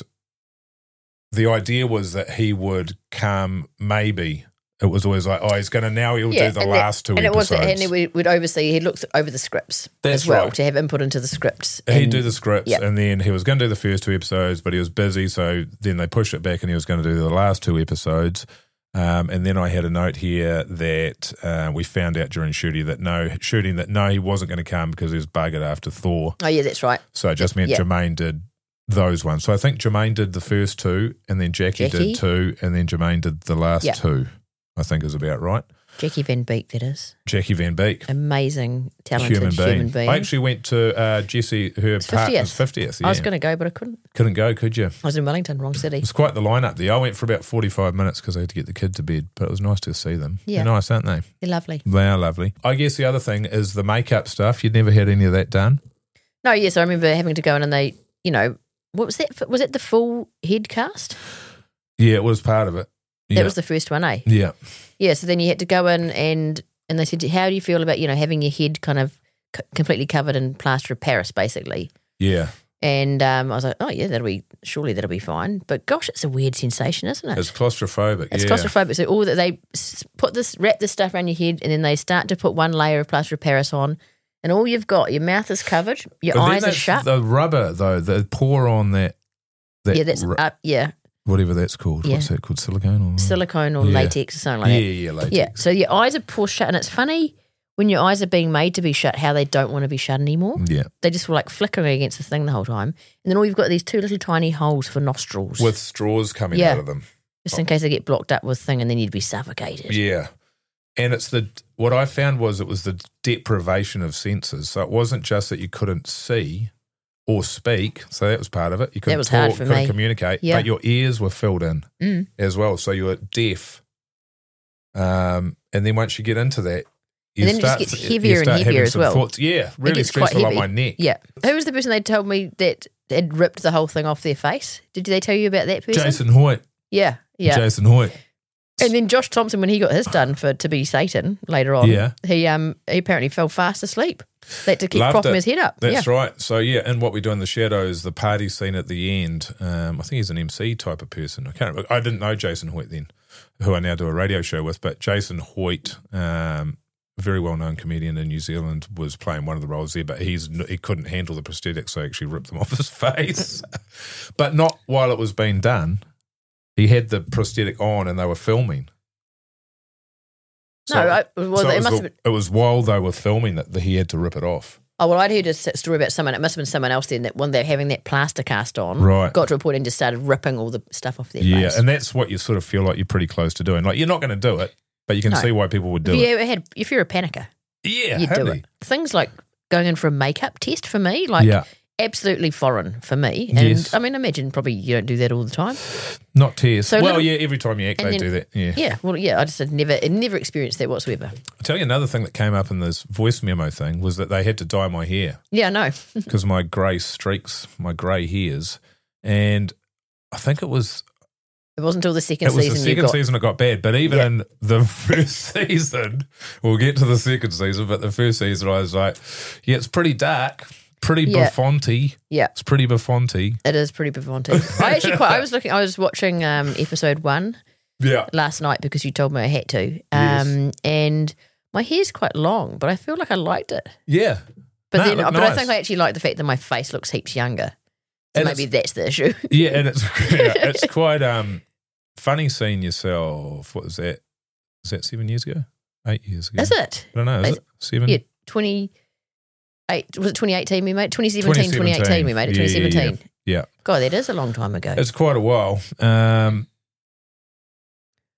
C: the idea was that he would come. Maybe it was always like, oh, he's going to now he'll do the
D: and
C: last
D: that,
C: two
D: and
C: episodes.
D: it was, and he would, would oversee. He looked over the scripts
C: That's
D: as well
C: right.
D: to have input into the scripts.
C: He'd
D: and-
C: do the scripts,
D: yeah.
C: and then he was going to do the first two episodes, but he was busy, so then they pushed it back, and he was going to do the last two episodes. Um, and then I had a note here that uh, we found out during shooting that no shooting that no, he wasn't going to come because he was buggered after Thor.
D: Oh yeah, that's right.
C: So it just meant
D: Yeah.
C: Jermaine did those ones. So I think Jermaine did the first two, and then Jackie,
D: Jackie.
C: did two, and then Jermaine did the last
D: Yeah.
C: two. I think is about right.
D: Jackie Van Beek, that is
C: Jackie Van Beek,
D: amazing, talented human being.
C: I actually went to uh, Jesse, her
D: It's
C: partner's
D: 50th.
C: fiftieth.
D: I was going to go, but I couldn't.
C: couldn't go, could you?
D: I was in Wellington, wrong city.
C: It's quite the lineup there. I went for about forty-five minutes because I had to get the kid to bed, but it was nice to see them.
D: Yeah.
C: They're nice, aren't they?
D: They're lovely.
C: They are lovely. I guess the other thing is the makeup stuff. You'd never had any of that done.
D: No, yes, I remember having to go in, and they, you know, what was that? Was it the full head cast?
C: Yeah, it was part of it. Yeah.
D: That was the first one, eh?
C: yeah.
D: Yeah. So then you had to go in, and and they said, how do you feel about you know having your head kind of c- completely covered in plaster of Paris, basically?
C: Yeah.
D: And um, I was like, oh yeah, that'll be surely that'll be fine. But gosh, it's a weird sensation, isn't it?
C: It's claustrophobic.
D: It's
C: yeah.
D: claustrophobic. So all that they s- put this wrap this stuff around your head, and then they start to put one layer of plaster of Paris on, and all you've got your mouth is covered, your
C: But then
D: eyes are
C: that's
D: shut.
C: The rubber though, the pour on that, that
D: yeah, that's
C: ru-
D: up. Yeah,
C: whatever that's called.
D: Yeah.
C: What's that called? Silicone or
D: silicone or
C: Yeah.
D: latex or something like
C: yeah,
D: that.
C: yeah, latex.
D: Yeah. So your eyes are forced shut, and it's funny when your eyes are being made to be shut how they don't want to be shut anymore.
C: Yeah.
D: They just were like flickering against the thing the whole time, and then all you've got are these two little tiny holes for nostrils,
C: With straws coming
D: Yeah.
C: out of them.
D: just in case they get blocked up with thing, and then you'd be suffocated.
C: Yeah. And it's the what I found was it was the deprivation of senses. So it wasn't just that you couldn't see or speak. So that was part of it. You couldn't
D: was
C: talk,
D: hard for
C: couldn't
D: me.
C: communicate.
D: Yeah.
C: But your ears were filled in
D: Mm.
C: as well. So you were deaf. Um, and then once you get into that, you
D: then it just
C: start,
D: gets
C: you
D: heavier and
C: start having
D: heavier as
C: some
D: well.
C: Thoughts. Yeah,
D: It
C: really
D: gets quite
C: stressful on
D: heavy.
C: my neck.
D: Yeah. Who was the person they told me that had ripped the whole thing off their face? Did they tell you about that person?
C: Jason Hoyt.
D: Yeah. Yeah.
C: Jason Hoyt.
D: And then Josh Thompson, when he got his done for to be Satan later on,
C: Yeah.
D: he um he apparently fell fast asleep. They had to keep
C: Loved
D: propping
C: it.
D: his head up.
C: That's
D: yeah.
C: right. So yeah, and what we do in the shadows, the party scene at the end. Um, I think he's an MC type of person. I can't. Remember. I didn't know Jason Hoyt then, who I now do a radio show with. But Jason Hoyt, um, very well known comedian in New Zealand, was playing one of the roles there. But he's n- he couldn't handle the prosthetics, so he actually ripped them off his face. but not while it was being done. He had the prosthetic on, and they were filming.
D: No, I- well,
C: so
D: it
C: was
D: must
C: the-
D: have
C: It was while they were filming that the, he had to rip it off.
D: Oh well, I'd heard a s- story about someone. It must have been someone else then that when they're having that plaster cast on,
C: Right.
D: Got to a point and just started ripping all the stuff off their
C: Yeah,
D: face.
C: and that's what you sort of feel like you're pretty close to doing. Like you're not going to do it, but you can
D: No.
C: see why people would do
D: if you
C: it.
D: ever had, if you're a panicker,
C: Yeah,
D: you do
C: hardly.
D: it. Things like going in for a makeup test for me, like
C: Yeah.
D: absolutely foreign for me. And
C: Yes.
D: I mean, imagine probably you don't do that all the time.
C: Not tears.
D: So
C: well,
D: little-
C: yeah, every time you act,
D: and
C: they
D: then-
C: do that. Yeah.
D: Yeah, well, yeah, I just had never, had never experienced that whatsoever.
C: I'll tell you another thing that came up in this voice memo thing was that they had to dye my hair
D: Yeah, no,
C: because my grey streaks, my grey hairs, and I think it was
D: It wasn't until the second
C: It was
D: season
C: the
D: you
C: second
D: got.
C: season it got bad, but even
D: Yeah.
C: in the first season, we'll get to the second season, but the first season I was like, yeah, it's pretty dark, pretty
D: Yeah.
C: buffonty.
D: Yeah,
C: It's pretty buffonty.
D: it is pretty Bavante. I actually quite. I was looking. I was watching um, episode one
C: Yeah.
D: last night because you told me I had to. Um, and my hair's quite long, but I feel like I liked it.
C: Yeah.
D: But
C: No, it
D: then,
C: looked
D: but I
C: nice.
D: think I actually like the fact that my face looks heaps younger. So
C: And
D: maybe that's the issue.
C: Yeah, and it's yeah, it's quite um funny seeing yourself. What was that? Was that seven years ago? Eight years ago?
D: Is it?
C: I don't know. Is
D: Is-
C: it seven?
D: Yeah, twenty eight. Was it twenty eighteen? We made 2017,
C: 2017.
D: 2018 We made it
C: Yeah,
D: twenty
C: yeah, yeah.
D: seventeen.
C: Yeah.
D: God, that is a long time ago.
C: It's quite a while. Um,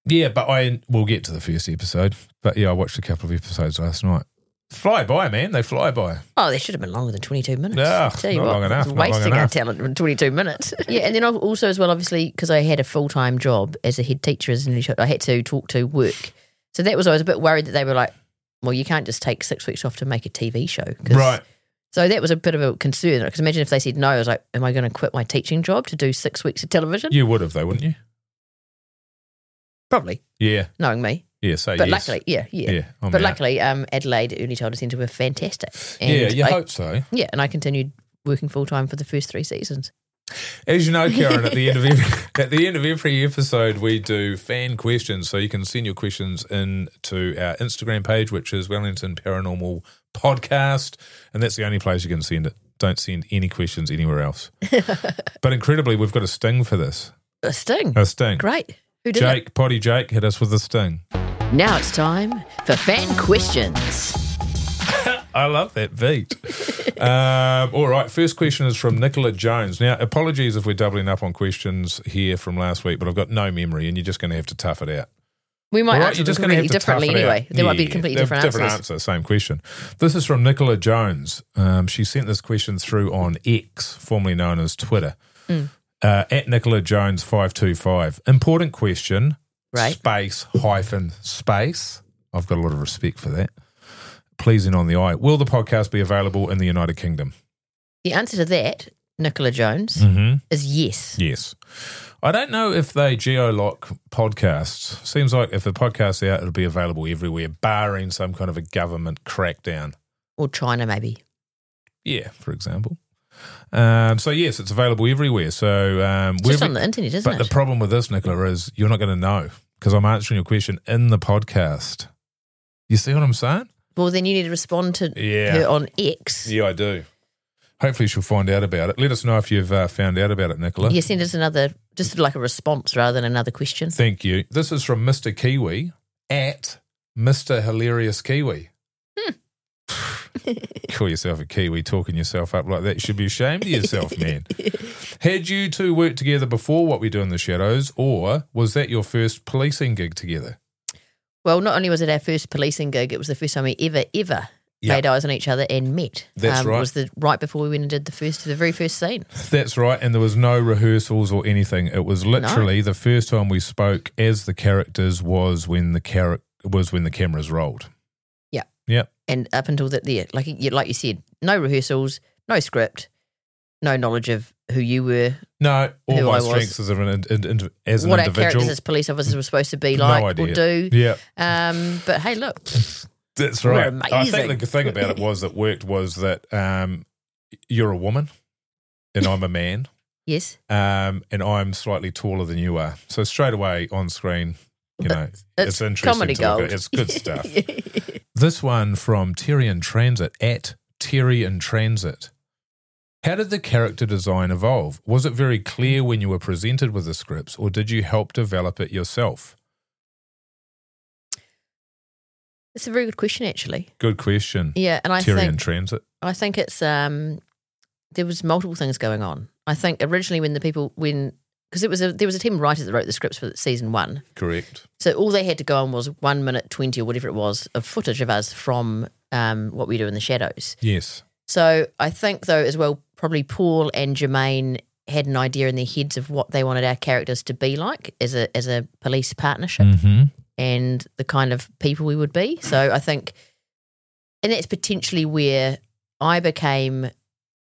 C: yeah, but I we'll get to the first episode. But yeah, I watched a couple of episodes last night. Fly by, man. They fly by.
D: Oh, they should have been longer than 22 minutes.
C: Yeah,
D: Tell you
C: not
D: what,
C: long enough,
D: it's
C: not long
D: wasting our
C: enough.
D: talent in 22 minutes. yeah, and then I've also as well, obviously, because I had a full time job as a head teacher as an English, I had to talk to work. So that was I was a bit worried that they were like, well, you can't just take six weeks off to make a TV show, 'cause-
C: Right.
D: So that was a bit of a concern because imagine if they said no, I was like, am I going to quit my teaching job to do six weeks of television?
C: You would have though, wouldn't you?
D: Probably,
C: Yeah.
D: knowing me.
C: Yeah. So
D: But
C: Uh, yes.
D: luckily, yeah, yeah.
C: Yeah, I'm out.
D: but luckily, um, Adelaide Early Childhood Centre were fantastic.
C: yeah, you
D: I-
C: hope so.
D: Yeah, and I continued working full time for the first three seasons.
C: As you know, Karen, at the end of every, at the end of every episode, we do fan questions, so you can send your questions in to our Instagram page, which is Wellington Paranormal Podcast, and that's the only place you can send it. Don't send any questions anywhere else. but incredibly, we've got a sting for this.
D: A sting.
C: A sting.
D: Great. Who did
C: Jake, Potty Jake, hit us with a sting.
D: it? Now it's time for fan questions.
C: I love that beat. um, all right, first question is from Nicola Jones. Now, apologies if we're doubling up on questions here from last week, but I've got no memory, and you're just going to have to tough it out.
D: We might
C: All right,
D: answer
C: you're
D: them
C: just gonna
D: completely
C: have to tough
D: differently
C: it out.
D: anyway. There might be
C: Yeah,
D: completely
C: they're
D: different answers.
C: answer, same question. This is from Nicola Jones. Um, she sent this question through on X, formerly known as Twitter,
D: Hmm.
C: uh, at Nicola Jones five two five. Important question.
D: Right.
C: Space hyphen space. I've got a lot of respect for that. Pleasing on the eye. Will the podcast be available in the United Kingdom?
D: The answer to that, Nicola Jones,
C: Mm-hmm.
D: is yes.
C: Yes. I don't know if they geolock podcasts. Seems like if the podcast's out, it'll be available everywhere, barring some kind of a government crackdown.
D: Or China, maybe.
C: Yeah, for example. Um, so yes, it's available everywhere. So um,
D: It's just
C: wherever-
D: on the internet, isn't
C: but
D: it?
C: the problem with this, Nicola, is you're not going to know because I'm answering your question in the podcast. You see what I'm saying?
D: well, then you need to respond to
C: Yeah.
D: her on X.
C: Yeah, I do. Hopefully, she'll find out about it. Let us know if you've uh, found out about it, Nicola.
D: Yeah, send us another, just like a response rather than another question.
C: Thank you. This is from Mr. Kiwi at Mr. Hilarious Kiwi.
D: Hmm.
C: Call yourself a Kiwi talking yourself up like that. You should be ashamed of yourself, man. Had you two worked together before What We Do in the Shadows, or was that your first policing gig together?
D: Well, not only was it our first policing gig, it was the first time we ever, ever
C: Yeah.
D: laid eyes on each other and met. Um,
C: That's
D: It
C: right.
D: was the right before we went and did the first, the very first scene.
C: That's right. And there was no rehearsals or anything. It was literally the first time we spoke as the characters was when the char- was when the cameras rolled.
D: Yeah.
C: Yep.
D: And up until that, there, like you, like you said, no rehearsals, no script, no knowledge of who you were,
C: No, all
D: Who I
C: my
D: was.
C: strengths as an, in- in- in- as an
D: what our
C: individual.
D: characters as police officers were supposed to be like or do.
C: Yeah,
D: Um, but hey, look,
C: that's
D: We're
C: right. I
D: amazing.
C: think the thing about it was that worked was that um, you're a woman and I'm a man,
D: yes,
C: um, and I'm slightly taller than you are. So straight away on screen, you know, it's,
D: it's
C: interesting.
D: comedy
C: to look
D: gold.
C: at. It's good stuff. this one from Terry in Transit at Terry in Transit. How did the character design evolve? Was it very clear when you were presented with the scripts, or did you help develop it yourself?
D: it's a very good question, actually.
C: Good question.
D: Yeah, and I
C: Terry in
D: think
C: Transit.
D: I think it's um, there was multiple things going on. I think originally when the people when because it was a there was a team of writers that wrote the scripts for season one.
C: Correct.
D: So all they had to go on was one minute twenty or whatever it was of footage of us from um, what we do in the shadows.
C: Yes.
D: So I think though as well, probably Paul and Jermaine had an idea in their heads of what they wanted our characters to be like as a as a police partnership
C: Mm-hmm.
D: and the kind of people we would be. So I think, and that's potentially where I became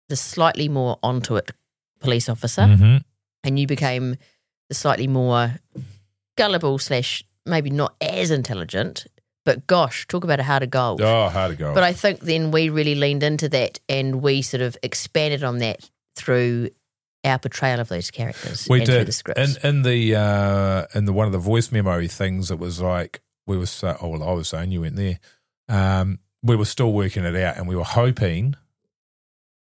D: the slightly more onto it police officer,
C: Mm-hmm.
D: and you became the slightly more gullible slash maybe not as intelligent, but gosh, talk about a harder goal.
C: Oh, hard to go.
D: But I think then we really leaned into that and we sort of expanded on that through our portrayal of those characters
C: we
D: and through
C: did.
D: the scripts.
C: in in the uh, in the one of the voice memo things, it was like we were. Say, oh, well, I was saying you went there. Um, we were still working it out, and we were hoping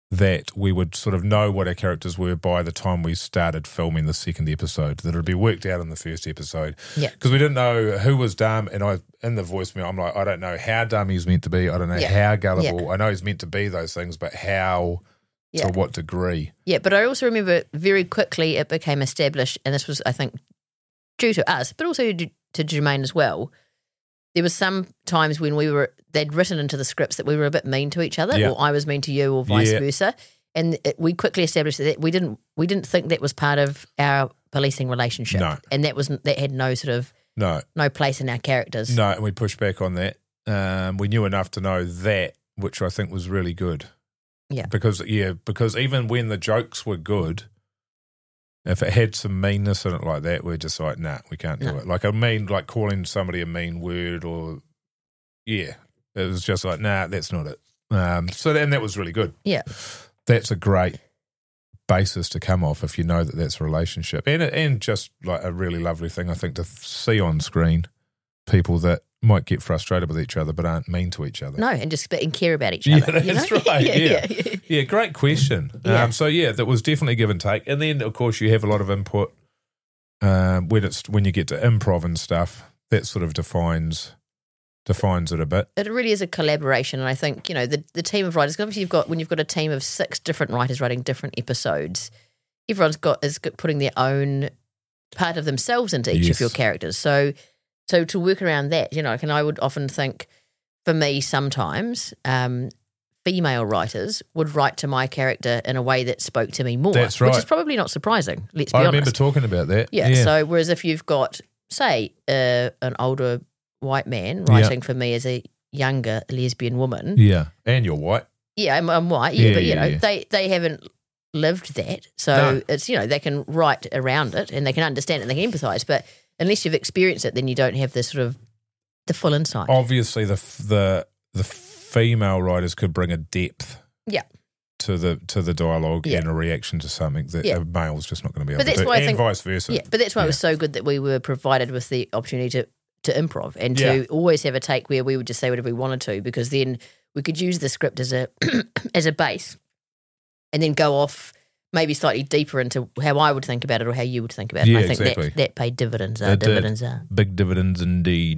C: that we would sort of know what our characters were by the time we started filming the second episode. That it would be worked out in the first episode.
D: Yeah.
C: because we didn't know who was dumb, and I in the voicemail, I'm like, I don't know how dumb he's meant to be. I don't know
D: Yeah.
C: how gullible. I know he's meant to be those things, but how
D: Yeah.
C: to what degree?
D: Yeah, but I also remember very quickly it became established, and this was, I think, due to us, but also due to Jermaine as well. There was some times when we were they'd written into the scripts that we were a bit mean to each other,
C: Yeah.
D: or I was mean to you, or vice
C: Yeah.
D: versa, and it, we quickly established that we didn't we didn't think that was part of our policing relationship,
C: No.
D: and that was that had no sort of
C: No,
D: no place in our characters.
C: No, and we pushed back on that. Um, we knew enough to know that, which I think was really good.
D: Yeah.
C: Because yeah, because even when the jokes were good, if it had some meanness in it like that, we're just like, nah, we can't do
D: No.
C: it. Like I mean, like calling somebody a mean word or yeah, it was just like, nah, that's not it. Um, so and that was really good.
D: Yeah,
C: That's a great basis to come off if you know that that's a relationship and and just like a really lovely thing I think to see on screen people that might get frustrated with each other but aren't mean to each other.
D: no, and just and care about each
C: Yeah,
D: other. you
C: that's
D: know?
C: right. Yeah.
D: yeah,
C: Yeah,
D: yeah.
C: great question.
D: Yeah.
C: Um, so yeah, that was definitely give and take. And then of course you have a lot of input um, when it's when you get to improv and stuff. That sort of defines defines it a bit.
D: it really is a collaboration and i think you know the, the team of writers 'cause obviously you've got when you've got a team of six different writers writing different episodes everyone's got is got- putting their own part of themselves into each of
C: Yes.
D: your characters so so to work around that you know like, and i would often think for me sometimes um female writers would write to my character in a way that spoke to me more
C: That's
D: which is
C: right.
D: probably not surprising let's be
C: I
D: honest
C: remember talking about that.
D: yeah, So whereas if you've got, say, uh, an older white man
C: Yeah.
D: writing for me as a younger lesbian woman, yeah,
C: yeah, and you're white.
D: I'm, I'm white, yeah,
C: Yeah,
D: but you
C: yeah,
D: know
C: yeah.
D: they they haven't lived that, so
C: No.
D: it's you know they can write around it and they can understand it and they can empathise, but unless you've experienced it, then you don't have the sort of the full insight.
C: obviously the f- the the female writers could bring a depth
D: Yeah.
C: to the to the dialogue
D: Yeah.
C: and a reaction to something that
D: Yeah.
C: a male's just not going to be able to
D: But that's
C: do,
D: why I
C: and
D: think-
C: vice versa.
D: Yeah, but that's why it was so good that we were provided with the opportunity to to improv and to
C: Yeah.
D: always have a take where we would just say whatever we wanted to because then we could use the script as a as a base and then go off maybe slightly deeper into how I would think about it or how you would think about it.
C: Yeah,
D: and I think
C: exactly.
D: that that paid dividends. Uh,
C: It did.
D: dividends are.
C: Big dividends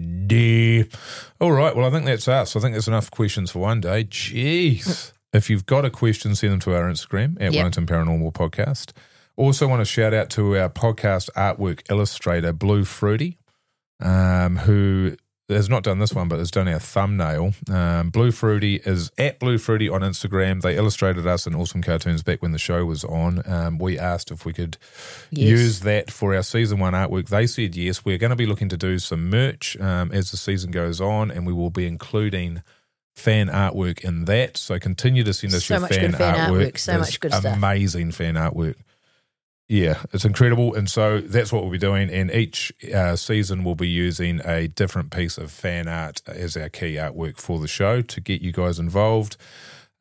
C: indeed. All right. Well, I think that's us. I think that's enough questions for one day. Jeez. If you've got a question, send them to our Instagram at
D: Yep.
C: Wellington Paranormal Podcast. Also, want to shout out to our podcast artwork illustrator, Blue Fruity, um, who has not done this one, but has done our thumbnail. Um, Blue Fruity is at Blue Fruity on Instagram. They illustrated us in awesome cartoons back when the show was on. Um, we asked if we could
D: Yes.
C: use that for our season one artwork. They said yes. We're going to be looking to do some merch um, as the season goes on, and we will be including fan artwork in that. So continue to send us
D: So
C: your
D: much
C: fan,
D: good fan
C: artwork.
D: artwork, so
C: There's
D: much good stuff.
C: Amazing fan artwork. Yeah, it's incredible. And so that's what we'll be doing. And each uh, season, we'll be using a different piece of fan art as our key artwork for the show to get you guys involved.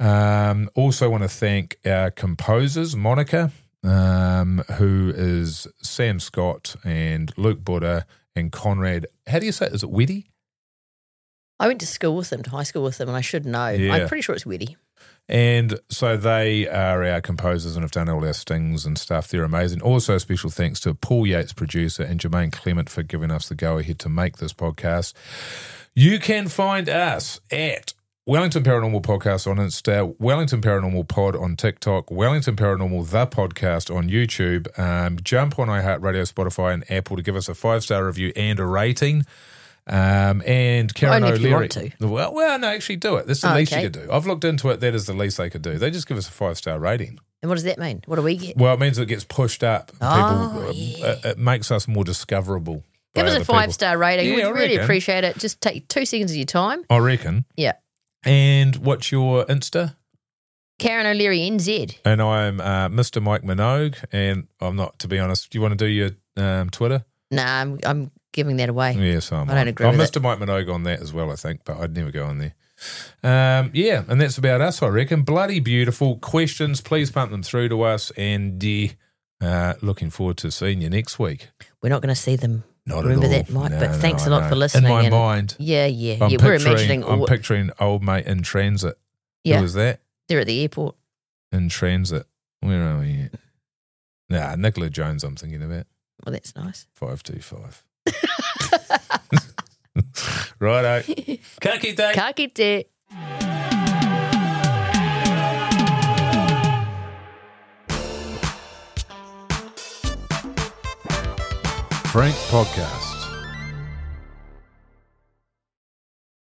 C: Um, also, want to thank our composers, Monica, um, who is Sam Scott and Luke Buddha and Conrad. How do you say it? Is it Weddy?
D: I went to school with them, to high school with them, and I should know. I'm
C: Yeah.
D: pretty sure it's Weddy.
C: And so they are our composers and have done all our stings and stuff. They're amazing. Also, special thanks to Paul Yates, producer, and Jermaine Clement for giving us the go ahead to make this podcast. You can find us at Wellington Paranormal Podcast on Insta, Wellington Paranormal Pod on TikTok, Wellington Paranormal The Podcast on YouTube. Um, jump on iHeartRadio, Spotify, and Apple to give us a five star review and a rating. Um, and Karen
D: Only if you
C: O'Leary.
D: want to.
C: Well, well, no, actually, do it. That's the
D: Oh,
C: least
D: okay.
C: you could do. I've looked into it. That is the least they could do. They just give us a five star rating.
D: And what does that mean? What do we get?
C: Well, it means it gets pushed up. People,
D: Oh,
C: um, it, it makes us more discoverable. by
D: Give us
C: other
D: a
C: people.
D: five star rating.
C: Yeah,
D: We'd
C: I
D: really
C: reckon.
D: appreciate it. Just take two seconds of your time.
C: I reckon.
D: Yeah.
C: And what's your Insta?
D: Karen O'Leary, NZ.
C: And I'm uh, Mr. Mike Minogue. And I'm not, to be honest, do you want to do your um, Twitter?
D: Nah, I'm, I'm giving that away.
C: Yeah, so I'm
D: I don't
C: on-
D: agree
C: I'm
D: with
C: Mr. Mike Minogue on that as well, I think, but I'd never go on there. Um, yeah, and that's about us, I reckon. Bloody beautiful questions. Please pump them through to us. And uh, uh, looking forward to seeing you next week.
D: We're not going to see them.
C: Not at
D: Remember
C: all.
D: that, Mike.
C: No,
D: but
C: no,
D: thanks
C: I
D: a lot
C: know.
D: for
C: In
D: listening.
C: my
D: and-
C: mind.
D: Yeah, yeah,
C: I'm
D: yeah. We're
C: picturing,
D: imagining.
C: I'm
D: all-
C: picturing old mate in transit.
D: yeah,
C: Who was that?
D: they're at the airport.
C: In transit. Where are we at? Nah, Nicola Jones, I'm thinking about.
D: Well, that's nice.
C: 525. Righto. Kaki day.
D: Ka kite.
C: Frank Podcast.